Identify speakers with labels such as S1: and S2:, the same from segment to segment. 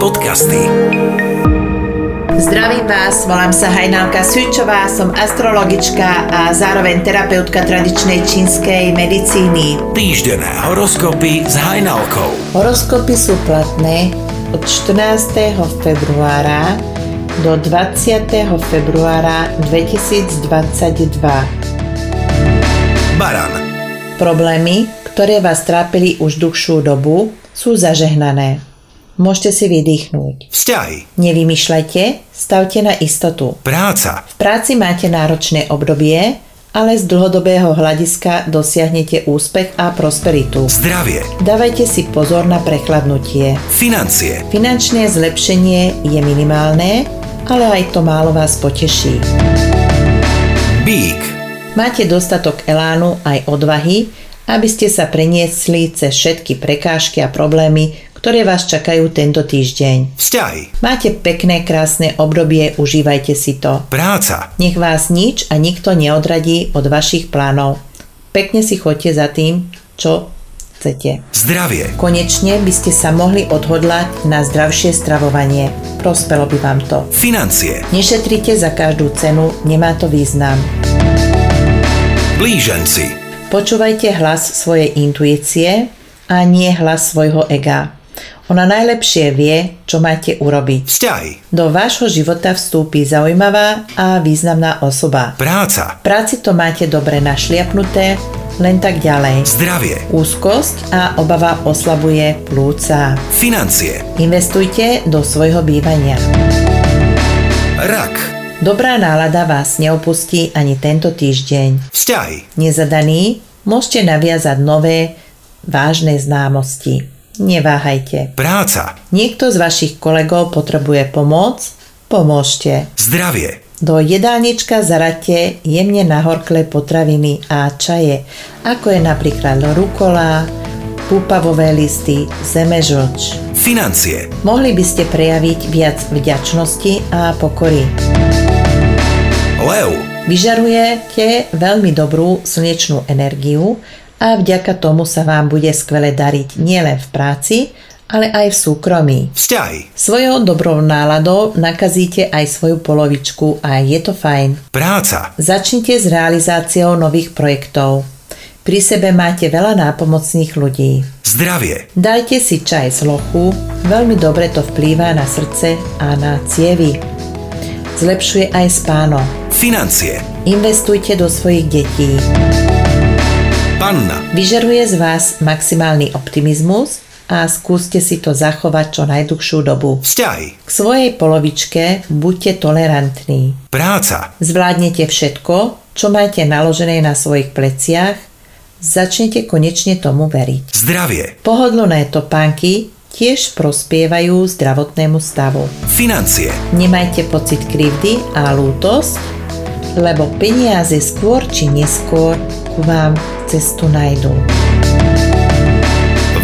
S1: Podcasty.
S2: Zdravím vás, volám sa Hajnalka Sučová, som astrologička a zároveň terapeutka tradičnej čínskej medicíny.
S1: Týždené horoskopy s Hajnalkou.
S2: Horoskopy sú platné od 14. februára do 20. februára 2022.
S1: Baran.
S2: Problémy, ktoré vás trápili už dlhšiu dobu, sú zažehnané. Môžete si vydýchnuť.
S1: Vzťahy.
S2: Nevymýšľajte, stavte na istotu.
S1: Práca.
S2: V práci máte náročné obdobie, ale z dlhodobého hľadiska dosiahnete úspech a prosperitu.
S1: Zdravie.
S2: Dávajte si pozor na prechladnutie.
S1: Financie.
S2: Finančné zlepšenie je minimálne, ale aj to málo vás poteší.
S1: Bík.
S2: Máte dostatok elánu aj odvahy, aby ste sa preniesli cez všetky prekážky a problémy, ktoré vás čakajú tento týždeň.
S1: Vzťahy.
S2: Máte pekné, krásne obdobie, užívajte si to.
S1: Práca.
S2: Nech vás nič a nikto neodradí od vašich plánov. Pekne si chodte za tým, čo chcete.
S1: Zdravie.
S2: Konečne by ste sa mohli odhodlať na zdravšie stravovanie. Prospelo by vám to.
S1: Financie.
S2: Nešetrite za každú cenu, nemá to význam.
S1: Blíženci.
S2: Počúvajte hlas svojej intuície a nie hlas svojho ega. Ona najlepšie vie, čo máte urobiť.
S1: Vzťahy.
S2: Do vášho života vstúpi zaujímavá a významná osoba.
S1: Práca.
S2: V práci to máte dobre našliapnuté, len tak ďalej.
S1: Zdravie.
S2: Úzkosť a obava oslabuje plúca.
S1: Financie.
S2: Investujte do svojho bývania.
S1: Rak.
S2: Dobrá nálada vás neopustí ani tento týždeň.
S1: Vzťahy.
S2: Nezadaný môžete naviazať nové, vážne známosti. Neváhajte.
S1: Práca.
S2: Niekto z vašich kolegov potrebuje pomoc? Pomôžte.
S1: Zdravie.
S2: Do jedálnička zaraďte jemne nahorklé potraviny a čaje, ako je napríklad rukola, púpavové listy, zemežoč.
S1: Financie.
S2: Mohli by ste prejaviť viac vďačnosti a pokory.
S1: Leu.
S2: Vyžarujete veľmi dobrú slnečnú energiu a vďaka tomu sa vám bude skvele dariť nielen v práci, ale aj v súkromí.
S1: Vzťahy.
S2: Svojou dobrou náladou nakazíte aj svoju polovičku a je to fajn.
S1: Práca.
S2: Začnite s realizáciou nových projektov. Pri sebe máte veľa nápomocných ľudí.
S1: Zdravie.
S2: Dajte si čaj z lochu, veľmi dobre to vplýva na srdce a na cievy. Zlepšuje aj spáno.
S1: Financie.
S2: Investujte do svojich detí.
S1: Panna.
S2: Vyžaruje z vás maximálny optimizmus a skúste si to zachovať čo najdlhšiu dobu.
S1: Vzťahy.
S2: K svojej polovičke buďte tolerantní.
S1: Práca.
S2: Zvládnete všetko, čo máte naložené na svojich pleciach, začnete konečne tomu veriť.
S1: Zdravie.
S2: Pohodlné topánky tiež prospievajú zdravotnému stavu.
S1: Financie.
S2: Nemajte pocit krivdy a lútosť, lebo peniaze skôr či neskôr k vám cestu nájdú.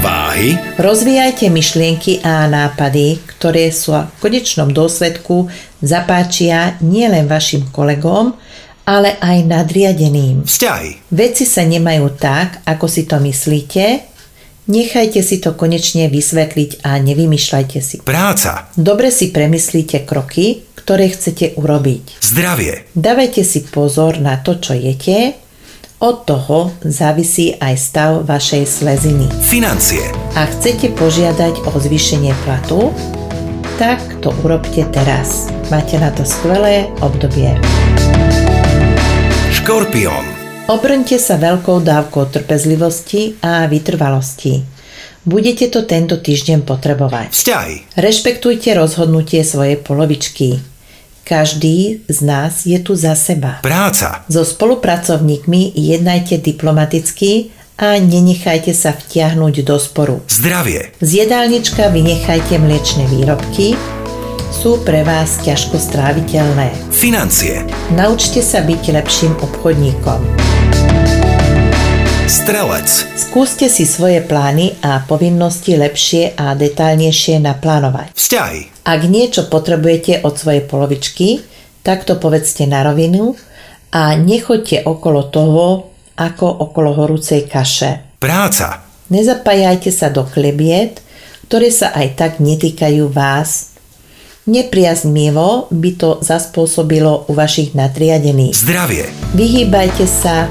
S1: Váhy.
S2: Rozvíjajte myšlienky a nápady, ktoré sa v konečnom dôsledku zapáčia nielen vašim kolegom, ale aj nadriadeným.
S1: Vzťahy.
S2: Veci sa nemajú tak, ako si to myslíte. Nechajte si to konečne vysvetliť a nevymýšľajte si.
S1: Práca.
S2: Dobre si premyslíte kroky, ktoré chcete urobiť.
S1: Zdravie.
S2: Dávajte si pozor na to, čo jete. Od toho závisí aj stav vašej sleziny.
S1: Financie.
S2: Ak chcete požiadať o zvýšenie platu, tak to urobte teraz. Máte na to skvelé obdobie.
S1: Škorpión.
S2: Obrňte sa veľkou dávkou trpezlivosti a vytrvalosti. Budete to tento týždeň potrebovať.
S1: Vzťahy.
S2: Rešpektujte rozhodnutie svojej polovičky. Každý z nás je tu za seba.
S1: Práca.
S2: So spolupracovníkmi jednajte diplomaticky a nenechajte sa vtiahnuť do sporu.
S1: Zdravie.
S2: Z jedálnička vynechajte mliečne výrobky, sú pre vás ťažko stráviteľné.
S1: Financie.
S2: Naučte sa byť lepším obchodníkom.
S1: Strelec.
S2: Skúste si svoje plány a povinnosti lepšie a detálnejšie naplánovať.
S1: Vzťahy.
S2: Ak niečo potrebujete od svojej polovičky, tak to povedzte na rovinu a nechoďte okolo toho, ako okolo horúcej kaše.
S1: Práca.
S2: Nezapájajte sa do klebiet, ktoré sa aj tak netýkajú vás. Nepriaznivo by to zaspôsobilo u vašich nadriadených.
S1: zdravie,
S2: Vyhýbajte sa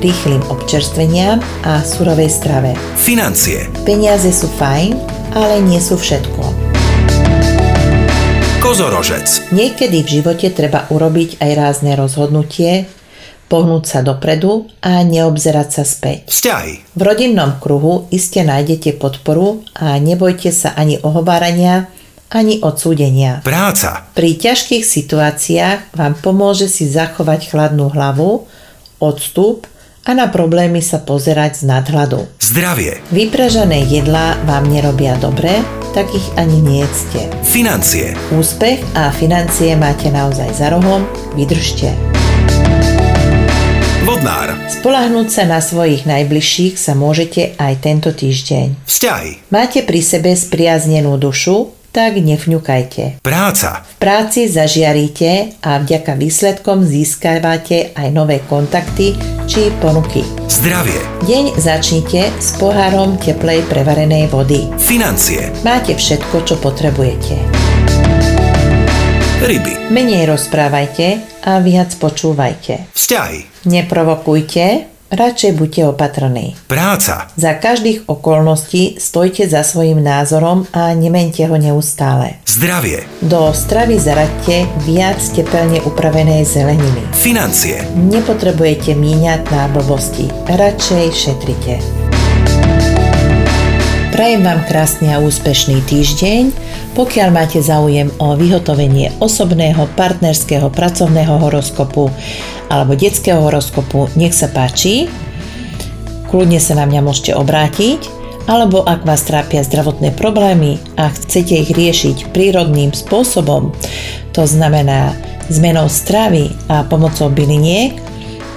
S2: rýchlym občerstveniam a surovej strave.
S1: financie,
S2: Peniaze sú fajn, ale nie sú všetko.
S1: kozorožec,
S2: Niekedy v živote treba urobiť aj rázne rozhodnutie, pohnúť sa dopredu a neobzerať sa späť.
S1: vzťahy,
S2: V rodinnom kruhu iste nájdete podporu a nebojte sa ani ohovárania, ani odsúdenia.
S1: práca,
S2: Pri ťažkých situáciách vám pomôže si zachovať chladnú hlavu, odstup a na problémy sa pozerať z nadhľadu.
S1: zdravie,
S2: Vypražané jedlá vám nerobia dobre, tak ich ani nejedzte.
S1: financie,
S2: Úspech a financie máte naozaj za rohom, vydržte.
S1: vodnár,
S2: Spolahnúť sa na svojich najbližších sa môžete aj tento týždeň.
S1: vzťahy,
S2: Máte pri sebe spriaznenú dušu, tak nefňukajte.
S1: práca,
S2: V práci zažiaríte a vďaka výsledkom získavate aj nové kontakty či ponuky.
S1: zdravie,
S2: Deň začnite s pohárom teplej prevarenej vody.
S1: financie,
S2: Máte všetko, čo potrebujete.
S1: ryby,
S2: Menej rozprávajte a viac počúvajte.
S1: vzťahy,
S2: Neprovokujte, radšej buďte opatrní.
S1: práca,
S2: Za každých okolností stojte za svojim názorom a nemente ho neustále.
S1: zdravie,
S2: Do stravy zaraďte viac tepelne upravenej zeleniny.
S1: financie,
S2: Nepotrebujete míňať na blbosti, radšej šetrite. Prajem vám krásny a úspešný týždeň. Pokiaľ máte záujem o vyhotovenie osobného, partnerského, pracovného horoskopu alebo detského horoskopu, nech sa páči. Kľudne sa na mňa môžete obrátiť, alebo ak vás trápia zdravotné problémy a chcete ich riešiť prírodným spôsobom, to znamená zmenou stravy a pomocou byliniek,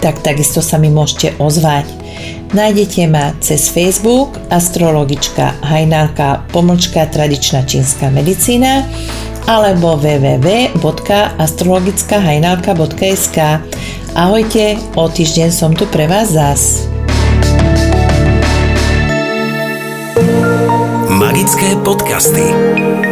S2: tak takisto sa mi môžete ozvať. Nájdete ma cez Facebook astrologička Hajnalka pomlčka tradičná čínska medicína alebo www.astrologickahajnalka.sk Ahojte, o týždeň som tu pre vás zas.
S1: magické podcasty.